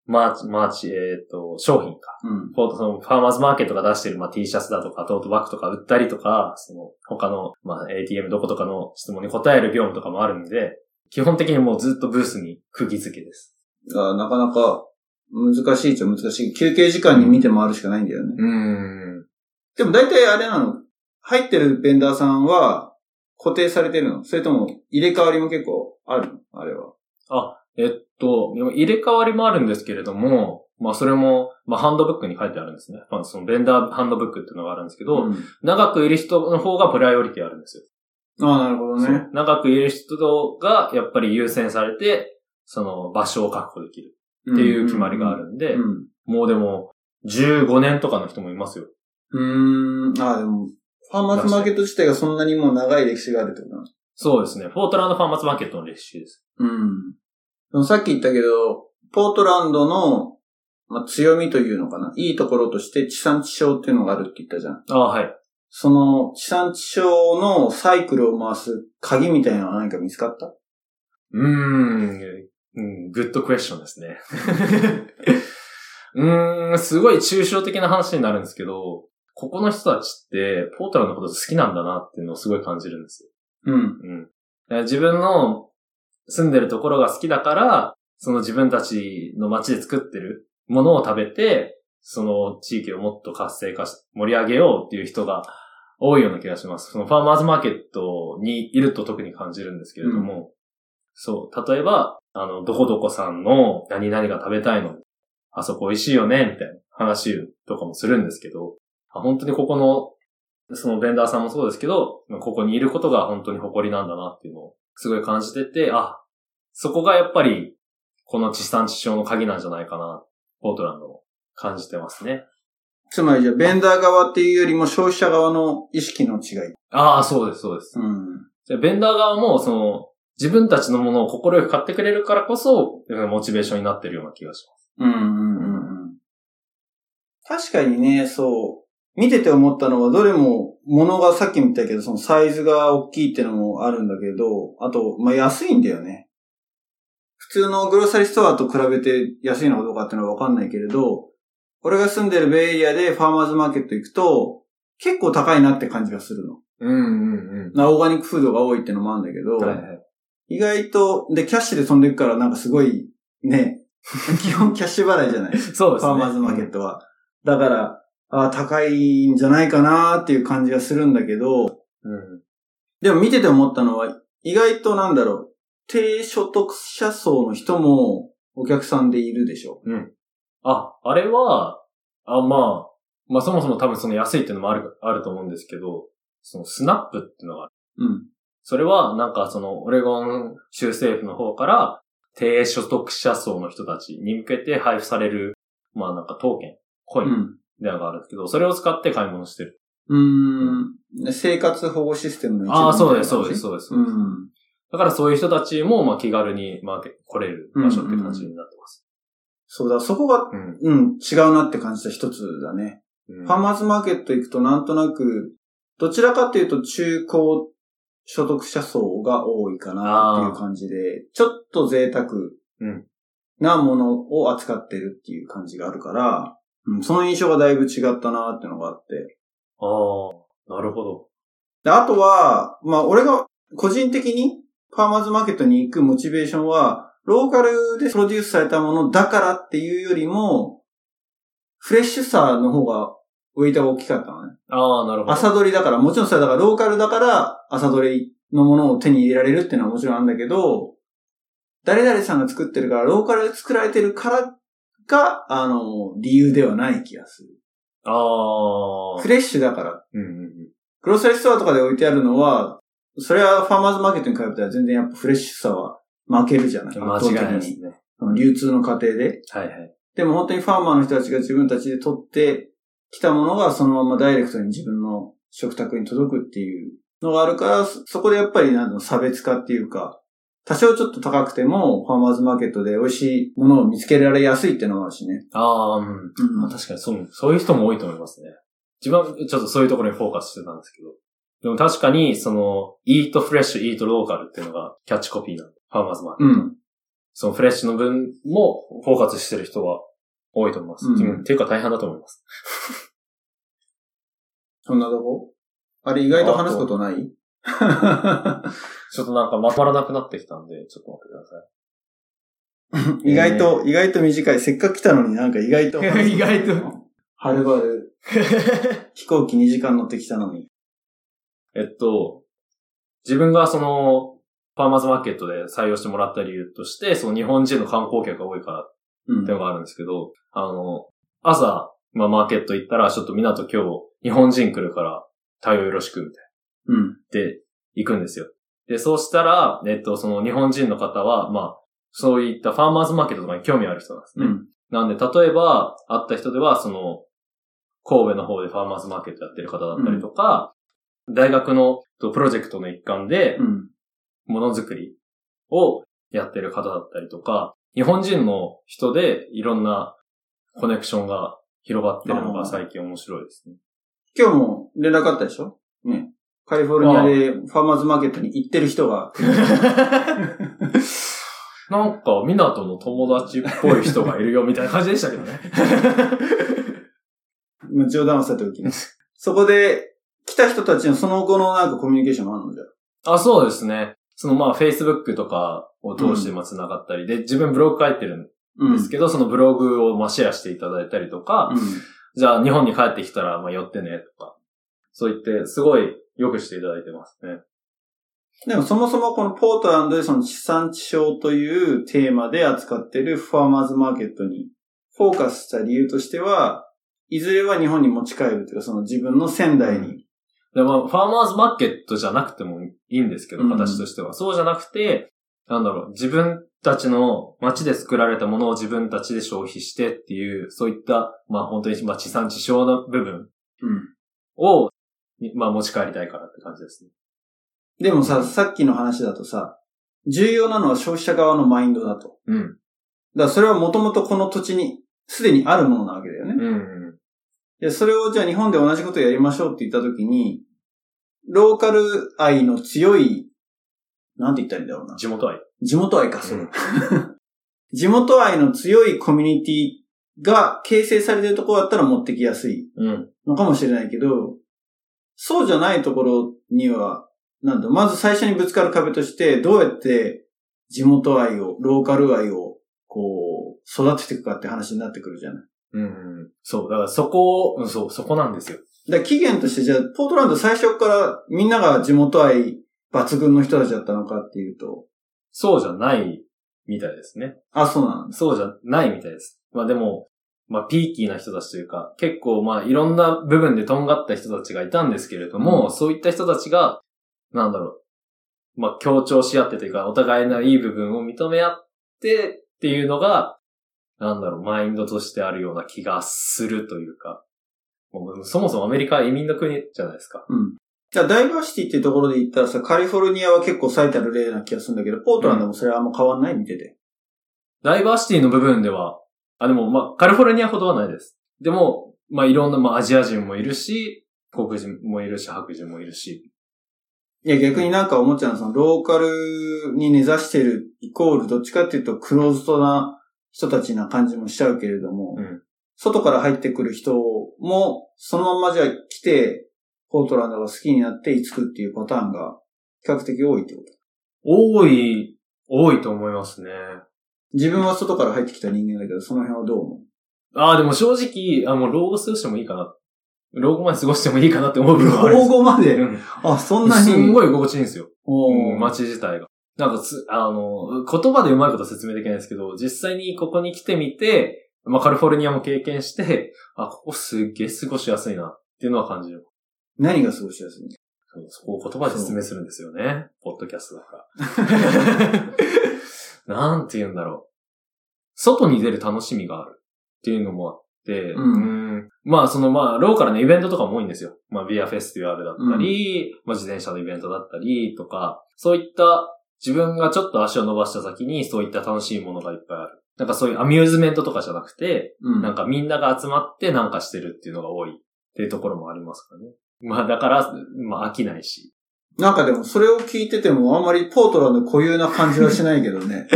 Speaker 2: マーチ、マーチ、えっ、と、商品か。
Speaker 1: うん。
Speaker 2: フォートそのファーマーズマーケットが出してる、まあ、T シャツだとか、トートバッグとか売ったりとか、その、他の、まあ、ATM どことかの質問に答える業務とかもあるんで、基本的にもうずっとブースに釘付けです。
Speaker 1: あなかなか難しいっちゃ難しい。休憩時間に見て回るしかないんだよね。
Speaker 2: うん。
Speaker 1: でも大体あれなの入ってるベンダーさんは固定されてるのそれとも入れ替わりも結構あるのあれは。
Speaker 2: えっと、入れ替わりもあるんですけれども、まあ、それも、まあ、ハンドブックに書いてあるんですね。まあ、その、ベンダーハンドブックっていうのがあるんですけど、
Speaker 1: うん
Speaker 2: 長くいる人の方がプライオリティあるんですよ。
Speaker 1: ああ、なるほど
Speaker 2: そ
Speaker 1: ね
Speaker 2: う。長くいる人がやっぱり優先されて、その場所を確保できるっていう決まりがあるんで
Speaker 1: う、ん。
Speaker 2: もうでも15年とかの人もいますよ。
Speaker 1: うん。うーん。ああ、でも、ファーマーズマーケット自体がそんなにもう長い歴史があるってことなの
Speaker 2: そうですね。フォートランドファーマーズマーケットの歴史です。
Speaker 1: うん。でもさっき言ったけど、ポートランドの、まあ、強みというのかな。いいところとして地産地消っていうのがあるって言ったじゃん。
Speaker 2: ああ、はい。
Speaker 1: その地産地消のサイクルを回す鍵みたいなのは何か見つかった
Speaker 2: うーん、うんグッドクエスチョンですね。 うーん、すごい抽象的な話になるんですけど、ここの人たちって、ポートランドのこと好きなんだなっていうのをすごい感じるんですよ
Speaker 1: うん。
Speaker 2: うん。えー自分の住んでるところが好きだから、その自分たちの街で作ってるものを食べて、その地域をもっと活性化し、盛り上げようっていう人が多いような気がします。そのファーマーズマーケットにいると特に感じるんですけれども、そう、例えば、あの、どこどこさんの何々が食べたいの、あそこ美味しいよね、みたいな話とかもするんですけど、あ本当にここのそのベンダーさんもそうですけど、ここにいることが本当に誇りなんだなっていうのをすごい感じてて、あ、そこがやっぱりこの地産地消の鍵なんじゃないかな、ポートランドも感じてますね。
Speaker 1: つまりじゃあ、ベンダー側っていうよりも消費者側の意識の違い。
Speaker 2: ああ、そうです、そうです。
Speaker 1: うん。
Speaker 2: じゃあベンダー側もその自分たちのものを心よく買ってくれるからこそ、うんモチベーションになってるような気がします。
Speaker 1: うんうんうんうん。確かにね、そう。見てて思ったのは、どれも、物がさっきも言ったけど、そのサイズが大きいってのもあるんだけど、あと、まあ、安いんだよね。普通のグロサリーストアと比べて安いのかどうかっていうのはわかんないけれど、俺が住んでるベイエリアでファーマーズマーケット行くと、結構高いなって感じがするの。
Speaker 2: うんうん
Speaker 1: な、オーガニックフードが多いってのもあるんだけど、
Speaker 2: はいはい。
Speaker 1: 意外と、で、キャッシュで飛んでいくからなんかすごい、ね、 基本キャッシュ払いじゃない。
Speaker 2: そうですね。
Speaker 1: ファーマーズマーケットは。だから、あー高いんじゃないかなーっていう感じがするんだけど、
Speaker 2: うん。
Speaker 1: でも見てて思ったのは、意外となんだろう、低所得者層の人もお客さんでいるでしょ。
Speaker 2: あ、あれは、あ、まあ、まあそもそも多分その安いっていうのもある、あると思うんですけど、そのスナップっていうのがある。
Speaker 1: うん。
Speaker 2: それはなんかそのオレゴン州政府の方から低所得者層の人たちに向けて配布される、まあなんかトーケン、コインみたいなのがあるんですけど、それを使って買い物してる。
Speaker 1: うん。うーん。生活保護システムの一部
Speaker 2: ああ、そうです、
Speaker 1: み
Speaker 2: そう
Speaker 1: たいな感
Speaker 2: で
Speaker 1: じ
Speaker 2: す、そうです。
Speaker 1: うん。
Speaker 2: だからそういう人たちもまあ気軽にまあ来れる場所って感じになってます。
Speaker 1: そうだ、そこが、
Speaker 2: うん。
Speaker 1: うん、違うなって感じた一つだね。
Speaker 2: うん
Speaker 1: ファーマーズマーケット行くとなんとなく、どちらかというと中高所得者層が多いかなっていう感じで、ちょっと贅沢
Speaker 2: うん
Speaker 1: なものを扱ってるっていう感じがあるから、うんその印象がだいぶ違ったなっていうのがあって。
Speaker 2: ああ、なるほど。
Speaker 1: であとは、まあ俺が個人的にファーマーズマーケットに行くモチベーションは、ローカルでプロデュースされたものだからっていうよりも、フレッシュさの方が、ウェイターが大きかったのね。
Speaker 2: ああ、なるほど。
Speaker 1: 朝取りだから、もちろんそれだからローカルだから朝取りのものを手に入れられるっていうのはもちろんあるんだけど、誰々さんが作ってるから、ローカルで作られてるからが、あの、理由ではない気がする。
Speaker 2: ああ。
Speaker 1: フレッシュだから。
Speaker 2: うんうんうん。
Speaker 1: グロッサリーストアとかで置いてあるのは、それはファーマーズマーケットに比べたら全然やっぱフレッシュさは負けるじゃない
Speaker 2: 間違いない
Speaker 1: 圧
Speaker 2: です
Speaker 1: 倒
Speaker 2: ね。
Speaker 1: 的に流通の過程で。
Speaker 2: はいはい。
Speaker 1: でも本当にファーマーの人たちが自分たちで取ってきたものがそのままダイレクトに自分の食卓に届くっていうのがあるから、そそこでやっぱりなんだろう差別化っていうか、多少ちょっと高くても、ファーマーズマーケットで美味しいものを見つけられやすいってのもあるしね。
Speaker 2: ああ、うん。まあ確かにそう、そういう人も多いと思いますね。自分はちょっとそういうところにフォーカスしてたんですけど。でも確かに、その、eat fresh, eat local っていうのがキャッチコピーなんで、ファーマーズマーケット。
Speaker 1: うん。
Speaker 2: そのフレッシュの分もフォーカスしてる人は多いと思います。
Speaker 1: うん
Speaker 2: うんっていうか大半だと思います。
Speaker 1: そんなとこあれ意外と話すことない
Speaker 2: ちょっとなんかまとまらなくなってきたんで、ちょっと待ってください。
Speaker 1: 意外と、意外と短い。せっかく来たのになんか意外と。
Speaker 2: 意外と。
Speaker 1: はるばる。飛行機2時間乗ってきたのに。
Speaker 2: えっと、自分がその、ファーマーズマーケットで採用してもらった理由として、その日本人の観光客が多いからっ
Speaker 1: うん
Speaker 2: ていうのがあるんですけど、あの、朝、まあマーケット行ったら、ちょっと港今日日本人来るから対応よろしくみたいな。
Speaker 1: うん。
Speaker 2: で、行くんですよ。で、そうしたら、えっと、その日本人の方は、まあ、そういったファーマーズマーケットとかに興味ある人なんです
Speaker 1: う
Speaker 2: ね。
Speaker 1: ん。
Speaker 2: なんで、例えば、会った人では、その、神戸の方でファーマーズマーケットやってる方だったりとか、大学のとプロジェクトの一環で
Speaker 1: う、ん。
Speaker 2: ものづくりをやってる方だったりとか、日本人の人でいろんなコネクションが広がってるのが最近面白いですね。
Speaker 1: 今日も連絡あったでしょね。カリフォルニアでファーマーズマーケットに行ってる人が。
Speaker 2: なんか、港の友達っぽい人がいるよ、 みたいな感じでしたけどね。
Speaker 1: まあ冗談をさておきね。そこで、来た人たちのその後のなんかコミュニケーションもあるのじゃ。
Speaker 2: あ、そうですね。そのまあ、Facebook とかを通してまあ繋がったりで、自分ブログ書いてるん
Speaker 1: うん。
Speaker 2: ですけど、そのブログをまあシェアしていただいたりとか、じゃあ日本に帰ってきたらまあ寄ってね、とか。そう言って、すごい良くしていただいてますね。
Speaker 1: でもそもそもこのポートランドでその地産地消というテーマで扱ってるファーマーズマーケットにフォーカスした理由としては、いずれは日本に持ち帰るというか、その自分の仙台に。
Speaker 2: でまあ、ファーマーズマーケットじゃなくてもいいんですけ
Speaker 1: う
Speaker 2: ど、
Speaker 1: ん
Speaker 2: 形としては。そうじゃなくて、なんだろう、自分たちの街で作られたものを自分たちで消費してっていう、そういった、まあ本当に、まあ地産地消の部分を、まあ持ち帰りたいからって感じですね。
Speaker 1: でもさ、さっきの話だとさ、重要なのは消費者側のマインドだと。
Speaker 2: うん。
Speaker 1: だからそれはもともとこの土地にすでにあるものなわけだよね。
Speaker 2: うん、
Speaker 1: で、それをじゃあ日本で同じことやりましょうって言ったときに、ローカル愛の強い、なんて言ったらいいんだろうな。
Speaker 2: 地元愛。
Speaker 1: 地元愛か、それ。
Speaker 2: うん
Speaker 1: 地元愛の強いコミュニティが形成されてるところだったら持ってきやすい
Speaker 2: うん。
Speaker 1: のかもしれないけど、そうじゃないところには、なんだ、まず最初にぶつかる壁として、どうやって地元愛を、ローカル愛を、こう、育てていくかって話になってくるじゃない。
Speaker 2: うん、うん。そう、だからそこを、うんそう、そこなんですよ。
Speaker 1: だから期限として、じゃあ、ポートランド最初からみんなが地元愛抜群の人たちだったのかっていうと、
Speaker 2: そうじゃないみたいですね。
Speaker 1: あ、そうなんです。
Speaker 2: そうじゃないみたいです。まあでも、まあピーキーな人たちというか、結構まあいろんな部分でとんがった人たちがいたんですけれども、
Speaker 1: うん
Speaker 2: そういった人たちが、なんだろう、まあ協調し合ってというか、お互いのいい部分を認め合ってっていうのが、なんだろう、マインドとしてあるような気がするというか、もうそもそもアメリカは移民の国じゃないですか。
Speaker 1: うん。じゃあ、ダイバーシティっていうところで言ったらさ、カリフォルニアは結構最たる例な気がするんだけど、ポートランドもそれはあんま変わんない見てて。
Speaker 2: ダイバーシティの部分では、あ、でも、まあ、カリフォルニアほどはないです。でも、まあ、いろんな、まあ、アジア人もいるし、黒人もいるし、白人もいるし。
Speaker 1: いや、逆になんか思っちゃうのは、その、ローカルに根ざしてるイコール、どっちかっていうと、クローズドな人たちな感じもしちゃうけれども、
Speaker 2: うん
Speaker 1: 外から入ってくる人も、そのまんまじゃあ来て、ポートランドが好きになって居つくっていうパターンが、比較的多いってこと。
Speaker 2: 多い、多いと思いますね。
Speaker 1: 自分は外から入ってきた人間だけど、その辺はどう思う
Speaker 2: ああ、でも正直、あ、もう老後過ごしてもいいかな。老後まで過ごしてもいいかなって思う部分はあるん
Speaker 1: 老後ま
Speaker 2: で
Speaker 1: で、
Speaker 2: す
Speaker 1: あ、そ
Speaker 2: うんん。
Speaker 1: なに。
Speaker 2: すんごい心地いいんですよ。
Speaker 1: おー
Speaker 2: うん街自体が。なんかつ、あの、言葉でうまいこと説明できないですけど、実際にここに来てみて、まあ、カリフォルニアも経験して、あ、ここすっげえ過ごしやすいなっていうのは感じる。
Speaker 1: 何が過ごしやすい
Speaker 2: そうそこを言葉で説明するんですよね。ポッドキャストだから。 なんて言うんだろう。外に出る楽しみがあるっていうのもあって、
Speaker 1: うん
Speaker 2: うんまあそのまあ、ローカルなイベントとかも多いんですよ。まあ、ビアフェスティバルだったり、まあ自転車のイベントだったりとか、そういった自分がちょっと足を伸ばした先にそういった楽しいものがいっぱいある。なんかそういうアミューズメントとかじゃなくて、
Speaker 1: うん。
Speaker 2: なんかみんなが集まってなんかしてるっていうのが多いっていうところもありますからね。まあだから、まあ飽きないし。
Speaker 1: なんかでもそれを聞いててもあんまりポートランド固有な感じはしないけど ね。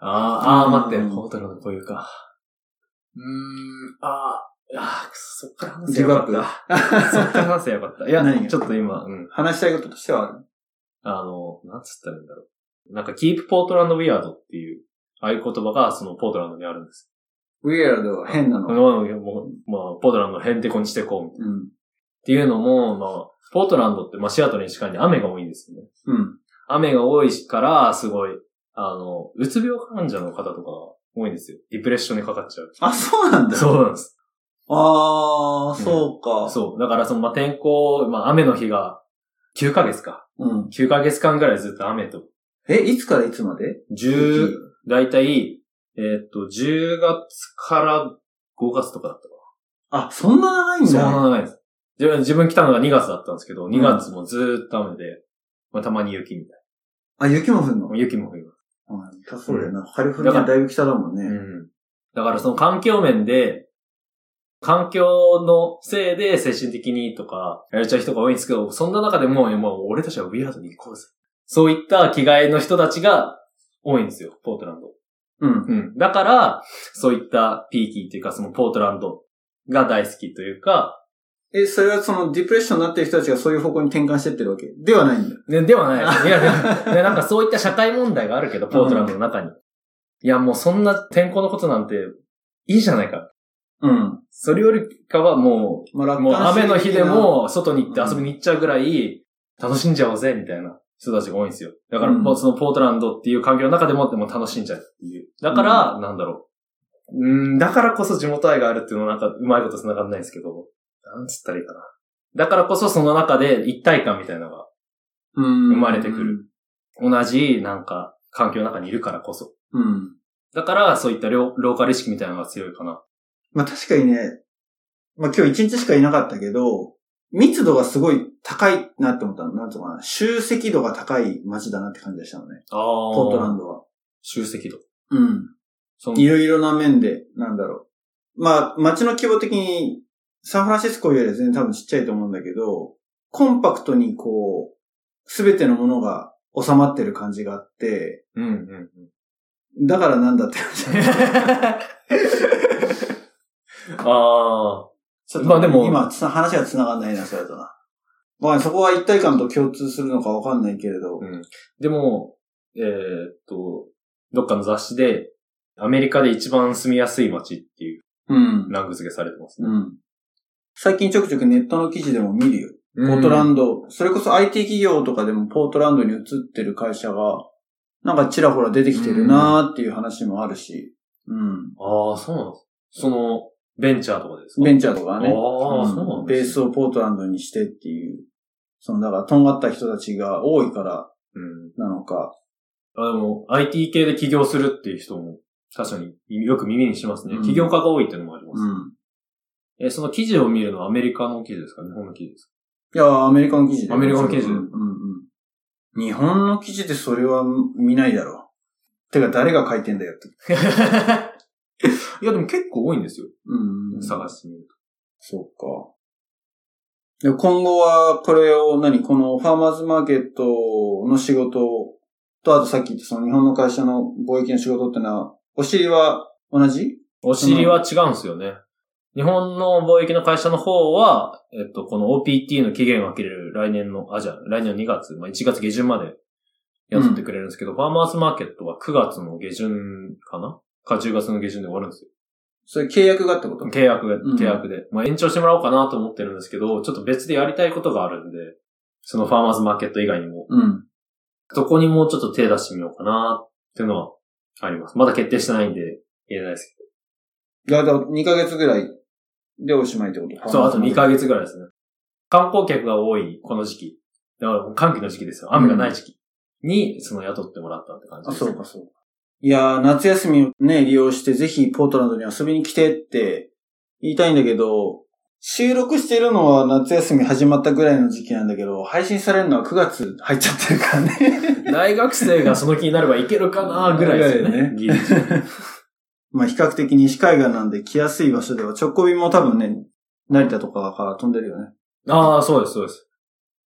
Speaker 2: あーあー、待
Speaker 1: う
Speaker 2: っ
Speaker 1: ん
Speaker 2: て、ホテルのこういうか。うーん、あーあー、くそそっから話せ
Speaker 1: ギ
Speaker 2: よ
Speaker 1: ブ
Speaker 2: か
Speaker 1: アッ
Speaker 2: っ
Speaker 1: プ
Speaker 2: た。そっから話せよかった。いや
Speaker 1: 何、が
Speaker 2: ちょっと今、うん。
Speaker 1: 話したいこととしてはある。
Speaker 2: あの、なんつったらいいんだろう。なんか、keep Portland weird っていう、ああいう言葉がそのポートランドにあるんです。
Speaker 1: weird は変な
Speaker 2: こ
Speaker 1: の。
Speaker 2: のもう、まあ、ポートランドをヘンテコにしてこうみたいな。
Speaker 1: うん。
Speaker 2: っていうのも、まあ、ポートランドって、まあ、シアトルに近いんで雨が多いんですよね。
Speaker 1: うん。
Speaker 2: 雨が多いから、すごい、あの、うつ病患者の方とかが多いんですよ。ディプレッションにかかっ ちゃう。
Speaker 1: あ、そうなんだ。
Speaker 2: そうなんです。
Speaker 1: ああ、そうか。
Speaker 2: そう。だからその、まあ、天候、まあ、雨の日が、9ヶ月か。
Speaker 1: うん。
Speaker 2: 9ヶ月間ぐらいずっと雨と。
Speaker 1: え、いつからいつまで
Speaker 2: 10、だいたい、えーっと、10月から5月とかだったか
Speaker 1: あ、そんな長い
Speaker 2: な。
Speaker 1: ん
Speaker 2: そん
Speaker 1: だ。
Speaker 2: な長いです。自分、自分来たのが2月だったんですけど、2月もずーっと雨で、まあ、たまに雪みたい
Speaker 1: あ、雪も降んの
Speaker 2: な。雪も降ります。
Speaker 1: うん、だそうだよな。カリフォルニアだいぶ北だもん
Speaker 2: う
Speaker 1: ね。
Speaker 2: ん。だからその環境面で、環境のせいで精神的にとか、やれちゃう人が多いんですけど、そんな中でも、いやもう俺たちはウィアードに行こうぜ。そういった着替えの人たちが多いんですよ、ポートランド。
Speaker 1: うん。
Speaker 2: うん。だから、そういったピーキーっていうか、そのポートランドが大好きというか、
Speaker 1: え、それはそのディプレッションになってる人たちがそういう方向に転換してってるわけではないんだ。
Speaker 2: ね、では ない。いや、でもねなんかそういった社会問題があるけど、ポートランドの中に。いや、もうそんな天候のことなんていいじゃないか。
Speaker 1: うん。
Speaker 2: それよりかはも
Speaker 1: まあ、
Speaker 2: う、もう
Speaker 1: 楽観主義
Speaker 2: 雨の日でも外に行って
Speaker 1: うん
Speaker 2: 遊びに行っちゃうぐらい、楽しんじゃおうぜ、みたいな人たちが多いんですよ。だから、
Speaker 1: うん
Speaker 2: もうそのポートランドっていう環境の中でもっても楽しんじゃうっていう。だから、なんだろう。うん、だからこそ地元愛があるっていうのはなんかうまいこと繋がんないんですけど、なんつったらいいかな。だからこそその中で一体感みたいなのが
Speaker 1: な、
Speaker 2: 生
Speaker 1: 生
Speaker 2: まれてくる。同じ、なんか、環境の中にいるからこそ。
Speaker 1: うん。
Speaker 2: だから、そういったロローカル意識みたいなのが強いかな。
Speaker 1: まあ確かにね、まあ今日一日しかいなかったけど、密度がすごい高いなって思ったの。なんつうのかな。集積度が高い街だなって感じがしたのね。
Speaker 2: ああ。
Speaker 1: ポートランドは。
Speaker 2: 集積度。
Speaker 1: うん。
Speaker 2: その
Speaker 1: いろいろな面で、なんだろう。まあ、街の規模的に、サンフランシスコよりは全然多分ちっちゃいと思うんだけど、コンパクトにこう、すべてのものが収まってる感じがあって、
Speaker 2: うんうんうん。
Speaker 1: だからなんだって感 じ。
Speaker 2: ああ。
Speaker 1: ち
Speaker 2: まあでも
Speaker 1: 今、つな話が繋がんないな、それだとな。まあ、そこは一体感と共通するのかわかんないけれど。
Speaker 2: うん。でも、えーっと、どっかの雑誌で、アメリカで一番住みやすい街っていう
Speaker 1: うん。
Speaker 2: ランク付けされてますね。
Speaker 1: うん。最近ちょくちょくネットの記事でも見るよ。ポートランド、それこそ IT 企業とかでもポートランドに移ってる会社が、なんかちらほら出てきてるなーっていう話もあるし、うん。
Speaker 2: ド。ああ、そうなんです。その、ベンチャーとかですか
Speaker 1: ベン
Speaker 2: チ
Speaker 1: チャーとか
Speaker 2: ャ
Speaker 1: ね、
Speaker 2: ああ、
Speaker 1: うん
Speaker 2: そうなん
Speaker 1: ベ
Speaker 2: で
Speaker 1: ー
Speaker 2: す
Speaker 1: スをポートランドにしてっていう、その、だから、とんがった人たちが多いから
Speaker 2: うん。
Speaker 1: なのか、
Speaker 2: あでも、IT 系で起業するっていう人も、確かによく耳にしますね。
Speaker 1: うん
Speaker 2: 起業家が多いっていうのもあります。
Speaker 1: うん。
Speaker 2: え、その記事を見るのはアメリカの記事ですか日本の記事ですか
Speaker 1: いやー、アメリカの記事で。
Speaker 2: アメリカの記事
Speaker 1: うんうんうん。日本の記事でそれは見ないだろう。てか、誰が書いてんだよって。
Speaker 2: いや、でも結構多いんですよ。
Speaker 1: うんうん。
Speaker 2: 探してみる
Speaker 1: そうか。で今後は、これを何、このファーマーズマーケットの仕事と、あとさっき言ったその日本の会社の貿易の仕事ってのは、お尻は同じ
Speaker 2: と。お尻は違うんですよね。日本の貿易の会社の方は、えっと、この OPT の期限が切れる来年の、あ、じゃあ、来年の2月、まあ1月下旬まで雇ってくれるんですけど、ファーマーズマーケットは9月の下旬かなか10月の下旬で終わるんですよ
Speaker 1: それ契約がってこと
Speaker 2: 契約
Speaker 1: ん
Speaker 2: 契約で。まあ延長してもらおうかなと思ってるんですけど、ちょっと別でやりたいことがあるんで、そのファーマーズマーケット以外にも、
Speaker 1: うん。
Speaker 2: そこにもうちょっと手出してみようかなっていうのはあります。まだ決定してないんで言えないです
Speaker 1: だいたい2ヶ月ぐらいでおしまいってこと
Speaker 2: けど。そう、あと2
Speaker 1: 月。
Speaker 2: ヶ月ぐらいですね。観光客が多いこの時期。だから寒気の時期ですよ。雨がない時期に、その雇ってもらったって感じ
Speaker 1: あ、
Speaker 2: です。
Speaker 1: そうか、そうか。いやー、夏休みをね、利用して、ぜひポートランドに遊びに来てって言いたいんだけど、収録してるのは夏休み始まったぐらいの時期なんだけど、配信されるのは9月入っちゃってるからね。
Speaker 2: 大学生がその気になればいけるかなぐらいです よ
Speaker 1: ぐらい
Speaker 2: ね
Speaker 1: ね。
Speaker 2: ギリギリ
Speaker 1: まあ比較的西海岸なんで来やすい場所では、直行便も多分ね、成田とかから飛んでるよね。
Speaker 2: ああ、そうです、そうです。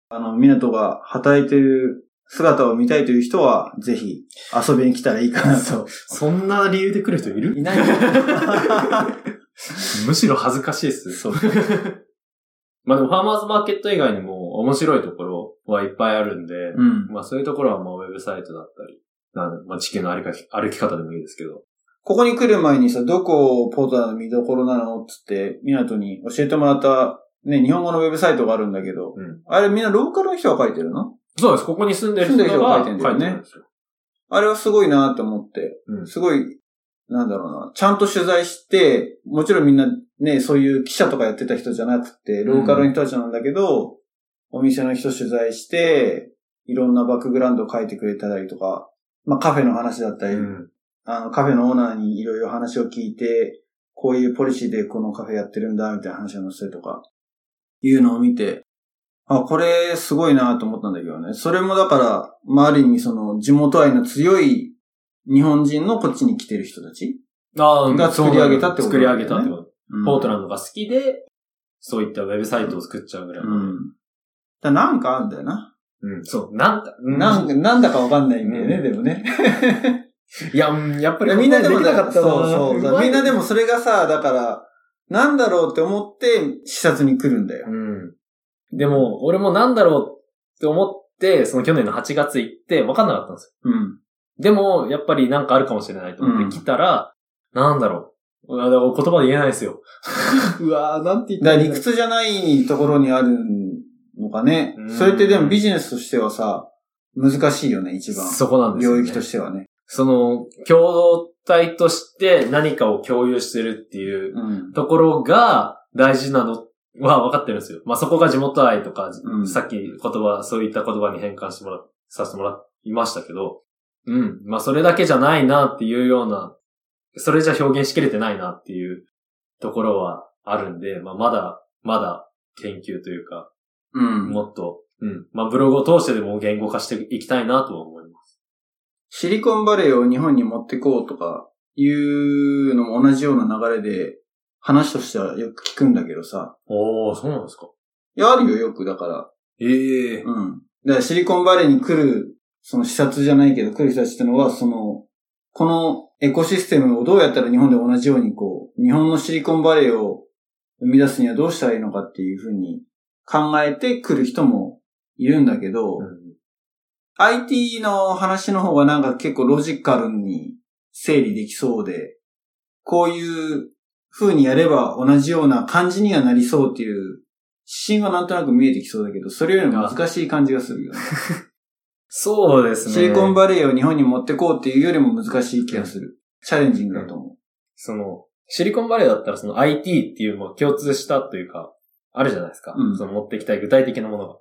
Speaker 1: あの、港が働いてる姿を見たいという人は、ぜひ遊びに来たらいいかなと。
Speaker 2: そんな理由で来る人いる
Speaker 1: い ないよ
Speaker 2: むしろ恥ずかしいっす。そう。まあでも、ファーマーズマーケット以外にも面白いところはいっぱいあるんで、
Speaker 1: うん。
Speaker 2: まあそういうところはまあウェブサイトだったり、なんまあ地球の歩き歩き方でもいいですけど。
Speaker 1: ここに来る前にさ、どこをポートランドの見どころなのっつって、港に教えてもらった、ね、日本語のウェブサイトがあるんだけど、
Speaker 2: うん
Speaker 1: あれみんなローカルの人が書いてるの
Speaker 2: そうです、ここに住んでる人が書いてるんですよ。
Speaker 1: あれはすごいなと思って、
Speaker 2: うん
Speaker 1: すごい、なんだろうな、ちゃんと取材して、もちろんみんなね、そういう記者とかやってた人じゃなくて、ローカルの人たちなんだけど、お店の人取材して、いろんなバックグラウンドを書いてくれたりとか、まあカフェの話だったり、
Speaker 2: うん
Speaker 1: あの、カフェのオーナーにいろいろ話を聞いて、こういうポリシーでこのカフェやってるんだ、みたいな話を載せてとか、いうのを見て、あ、これすごいなと思ったんだけどね。それもだから、まあ、ある意味その地元愛の強い日本人のこっちに来てる人たち、
Speaker 2: あー
Speaker 1: が作り上げたってこと
Speaker 2: 作り上げたってこと。
Speaker 1: うん
Speaker 2: ポートランドが好きで、そういったウェブサイトを作っちゃうぐらい。
Speaker 1: うん。だなんかあるんだよな。
Speaker 2: うんそう、なんか、
Speaker 1: なんか、なんだかわかんないんだよね、
Speaker 2: うん
Speaker 1: でもね。
Speaker 2: いや、うんやっぱ
Speaker 1: い
Speaker 2: り
Speaker 1: やみんなでも
Speaker 2: きなかった
Speaker 1: そうそうそうみんなでも、それがさ、だから、なんだろうって思って視察に来るんだよ。
Speaker 2: うん。でも、俺もなんだろうって思って、その去年の8月行って、分かんなかったんです
Speaker 1: うん。
Speaker 2: よ。でも、やっぱりなんかあるかもしれないと思って来たら、なんだろう。うわだから言葉で言えない ですよ。うわーなんて言
Speaker 1: だ
Speaker 2: ら
Speaker 1: から
Speaker 2: いいん
Speaker 1: 理
Speaker 2: だ
Speaker 1: 屈じゃないところにあるのかね
Speaker 2: うん。
Speaker 1: それってでもビジネスとしてはさ、難しいよね、一番。
Speaker 2: そこなんですよ、
Speaker 1: 領
Speaker 2: ね。
Speaker 1: 域としてはね。
Speaker 2: その、共同体として何かを共有してるっていう
Speaker 1: うん。
Speaker 2: ところが大事なのは分かってるんですよ。まあ、そこが地元愛とか、
Speaker 1: うん
Speaker 2: さっき言葉、そういった言葉に変換してもら、させてもらいましたけど、うん。まあ、それだけじゃないなっていうような、それじゃ表現しきれてないなっていうところはあるんで、まあ、まだ、まだ研究というか、
Speaker 1: うん。
Speaker 2: もっと、うん。まあ、ブログを通してでも言語化していきたいなとは思います。
Speaker 1: シリコンバレーを日本に持ってこうとかいうのも同じような流れで話としてはよく聞くんだけどさ。
Speaker 2: おー、そうなんですか。
Speaker 1: いや、あるよ、よく。だから。
Speaker 2: ええ
Speaker 1: うん。だからシリコンバレーに来る、その視察じゃないけど来る人たちってのは、その、このエコシステムをどうやったら日本で同じようにこう、日本のシリコンバレーを生み出すにはどうしたらいいのかっていうふうに考えて来る人もいるんだけど、IT の話の方がなんか結構ロジカルに整理できそうで、こういう風にやれば同じような感じにはなりそうっていう指針はなんとなく見えてきそうだけど、それよりも難しい感じがするよね。
Speaker 2: そうですね。
Speaker 1: シリコンバレーを日本に持ってこうっていうよりも難しい気がする。チャレンジングだと思
Speaker 2: その、シリコンバレーだったらその IT っていうまあ共通したというか、あるじゃないですか。
Speaker 1: うん
Speaker 2: その持ってきたい具体的なものが。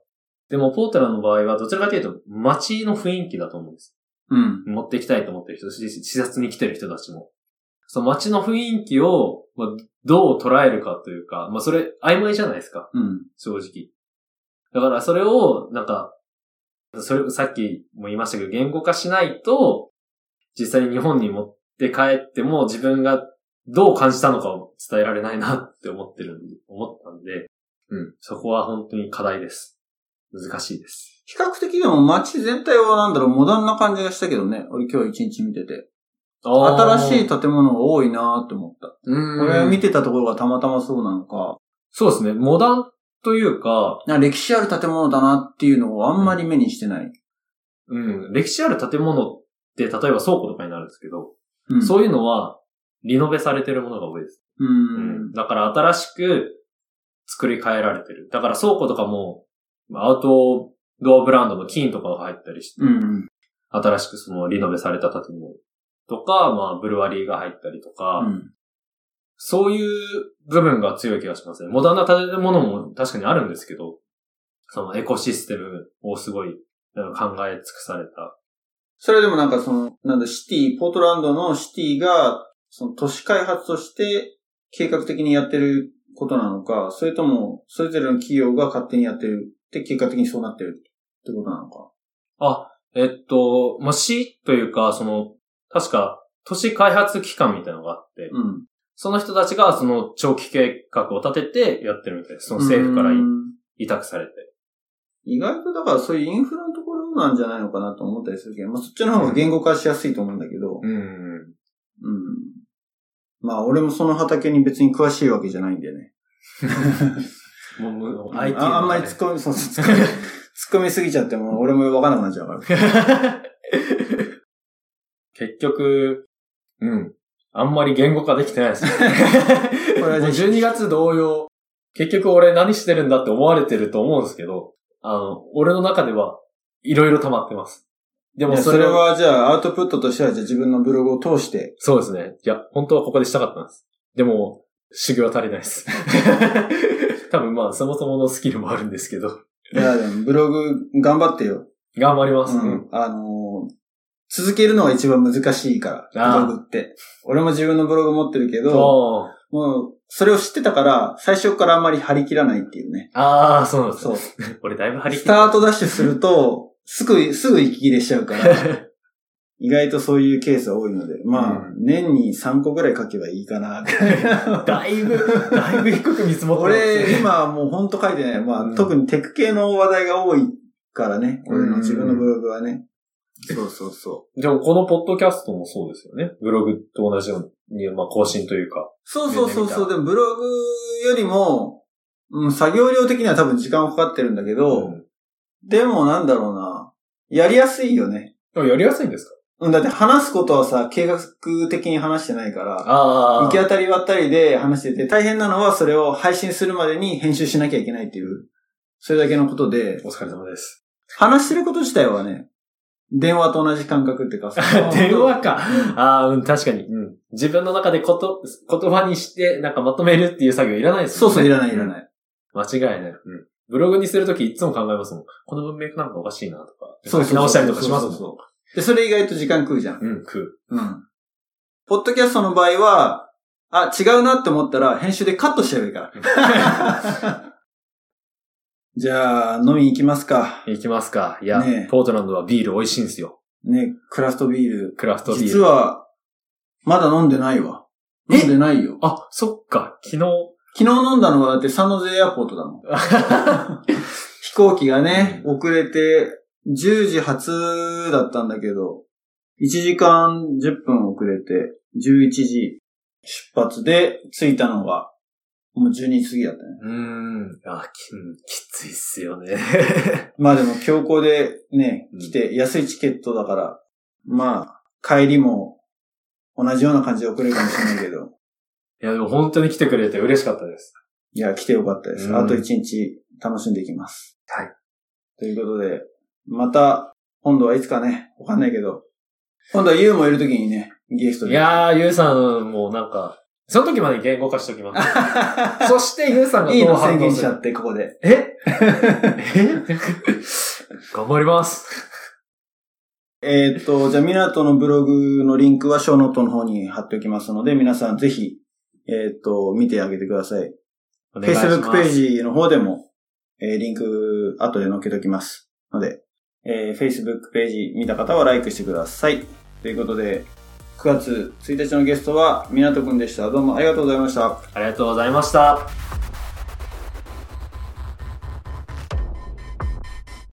Speaker 2: でも、ポートラの場合は、どちらかというと、街の雰囲気だと思うんです。
Speaker 1: う。うん。
Speaker 2: 持ってきたいと思ってる人、し視察に来てる人たちも。その街の雰囲気を、まあ、どう捉えるかというか、まあ、それ、曖昧じゃないですか。
Speaker 1: うん。
Speaker 2: 正直。だからそれを、なんか、それ、さっきも言いましたけど、言語化しないと、実際に日本に持って帰っても自分がどう感じたのかを伝えられないなって思ってるんで、思ったんで、うん。そこは本当に課題です。難しいです。
Speaker 1: 比較的でも街全体はなんだろう、モダンな感じがしたけどね。俺今日一日見てて。新しい
Speaker 2: い、
Speaker 1: 建物が多いなと思った。
Speaker 2: うん。
Speaker 1: 俺見てたところがたまたまそうなのか、
Speaker 2: そうですね。モダンというか、
Speaker 1: なんか歴史ある建物だなっていうのをあんまり目にしてない。
Speaker 2: うん。歴史ある建物って、例えば倉庫とかになるんですけど、
Speaker 1: うん
Speaker 2: そういうのは、リノベされてるものが多いです。
Speaker 1: う
Speaker 2: うん
Speaker 1: ん。
Speaker 2: だから新しく作り変えられてる。だから倉庫とかも、アウトドアブランドの金とかが入ったりして、
Speaker 1: うん。
Speaker 2: 新しくそのリノベされた建物とか、まあブルワリーが入ったりとか、
Speaker 1: うん。
Speaker 2: そういう部分が強い気がしますね。モダンな建物も確かにあるんですけど、そのエコシステムをすごいなんか考え尽くされた。
Speaker 1: それでもなんかその、なんだ、シティ、ポートランドのシティが、その都市開発として計画的にやってることなのか、それとも、それぞれの企業が勝手にやってるって、結果的にそうなってるってことなのか。
Speaker 2: あ、えっと、まあ、市というか、その、確か、都市開発機関みたいなのがあって、
Speaker 1: うん。
Speaker 2: その人たちがその長期計画を立ててやってるみたいです。その政府からい
Speaker 1: うん
Speaker 2: 委託されて。
Speaker 1: 意外とだからそういうインフラのところなんじゃないのかなと思ったりするけど、まあそっちの方が言語化しやすいと思うんだけど、
Speaker 2: うん。
Speaker 1: うん。まあ俺もその畑に別に詳しいわけじゃないんでね。
Speaker 2: もうもう、
Speaker 1: あ
Speaker 2: IT
Speaker 1: あんまり突っ込み、そうそう突っ込み、突っ込みすぎちゃっても俺もわかんなくなっちゃうから。
Speaker 2: 結局、うん。あんまり言語化できてないですね。
Speaker 1: これは
Speaker 2: もう
Speaker 1: ぜひ
Speaker 2: 12月同様、結局俺何してるんだって思われてると思うんですけど、あの、俺の中では、いろいろ溜まってます。で
Speaker 1: い
Speaker 2: も
Speaker 1: や
Speaker 2: そ
Speaker 1: そ
Speaker 2: れ
Speaker 1: れ
Speaker 2: は、
Speaker 1: はじゃあアウトプットとしてはじゃあ自分のブログを通して、
Speaker 2: そうですね。いや、本当はここでしたかったんです。でも、修行は足りない です。多分まあ、そもそものスキルもあるんですけど、
Speaker 1: いやでもブログ頑張ってよ。
Speaker 2: 頑張ります。
Speaker 1: うん。あのー続けるのが一番難しいから、
Speaker 2: ああ
Speaker 1: ブログって。俺も自分のブログ持ってるけど、
Speaker 2: おー
Speaker 1: もう、それを知ってたから、最初からあんまり張り切らないっていうね。
Speaker 2: ああ、そうなんです
Speaker 1: そ
Speaker 2: ね
Speaker 1: う。。
Speaker 2: 俺だいぶ張り切
Speaker 1: ス
Speaker 2: って
Speaker 1: タートダッシュすると、すぐ、すぐ息切れしちゃうから、 意外とそういうケースは多いので、まあ、年に3個ぐらい書けばいいかな。
Speaker 2: だいぶ、だいぶ低く見積もってますね
Speaker 1: 俺、今もうほんと書いてない。まあ、
Speaker 2: うん
Speaker 1: 特にテク系の話題が多いからね、俺
Speaker 2: う
Speaker 1: の
Speaker 2: ん
Speaker 1: 自分のブログはね。そうそうそ
Speaker 2: でもこのポッドキャストもそうですよね。ブログと同じように、まあ更新というか。
Speaker 1: う。そうそうそうそう、でもブログよりも、うん、作業量的には多分時間はかかってるんだけど、
Speaker 2: ん
Speaker 1: でもなんだろうな。やりやすいよね。
Speaker 2: でもやりやすいんですか
Speaker 1: うん、だって話すことはさ、計画的に話してないから、
Speaker 2: あ
Speaker 1: 行き当たりばったりで話してて、大変なのはそれを配信するまでに編集しなきゃいけないっていう、それだけのことで、
Speaker 2: お疲れ様です。
Speaker 1: 話してること自体はね、電話と同じ感覚っていうかさ、
Speaker 2: 電話か。ああ、うん、確かに。うん。自分の中でこと、言葉にして、なんかまとめるっていう作業いらないです
Speaker 1: そ
Speaker 2: も
Speaker 1: う
Speaker 2: ん
Speaker 1: そう、いらないいらない。
Speaker 2: 間違いない。うん。ブログにするときいつも考えますもん。この文脈なんかおかしいなとか。
Speaker 1: そうそうそう
Speaker 2: 書き直したりとかします
Speaker 1: そう
Speaker 2: も
Speaker 1: で、それ意外と時間食うじゃん。
Speaker 2: ん。う ん、食
Speaker 1: うん。ポッドキャストの場合は、あ、違うなって思ったら編集でカットしちゃえばいいから。
Speaker 2: う。
Speaker 1: じゃあ、飲みに行きますか。
Speaker 2: いきますか。いや、
Speaker 1: ねえ
Speaker 2: ポートランドはビール美味しいんですよ。
Speaker 1: ね、クラフトビール。
Speaker 2: クラフトビール。
Speaker 1: 実は、まだ飲んでないわ。
Speaker 2: え
Speaker 1: 飲んでないよ。
Speaker 2: あ、そっか、昨日。
Speaker 1: 昨日飲んだのはだってサノゼエアポート だもん。飛行機がね、遅れて、10時発だったんだけど、1時間10分遅れて、11時出発で着いたのが、もう12時過ぎだったね。
Speaker 2: うーん。あ、き、うんきついっすよね。
Speaker 1: まあでも強行でね
Speaker 2: う、ん
Speaker 1: 来て、安いチケットだから、まあ、帰りも同じような感じで遅れるかもしれないけど、
Speaker 2: いや、でも本当に来てくれて嬉しかったです。
Speaker 1: いや、来てよかったです。
Speaker 2: うん
Speaker 1: あと一日楽しんでいきます。
Speaker 2: はい。
Speaker 1: ということで、また、今度はいつかね、わかんないけど、今度はユウもいるときにね、ゲスト
Speaker 2: い
Speaker 1: で。
Speaker 2: やー、ゆうさん、もうなんか、その時まで言語化しと きます。そして、ゆうさんが
Speaker 1: いい
Speaker 2: どう
Speaker 1: の
Speaker 2: 反
Speaker 1: 宣
Speaker 2: 応
Speaker 1: 言
Speaker 2: す
Speaker 1: しちゃ
Speaker 2: る
Speaker 1: って、ここで。
Speaker 2: ええ 頑張ります。
Speaker 1: えーっと、じゃあ、ミナトのブログのリンクはショーノートの方に貼っておきますので、皆さんぜひ、えーっと、見てあげてください。
Speaker 2: お願いします。
Speaker 1: Facebook ページの方でも、えーリンク、後で載っけときます。ので、えー Facebook ページ見た方は LIKE してください。ということで、9月1日のゲストは、みなとくんでした。どうもありがとうございました。
Speaker 2: ありがとうございました。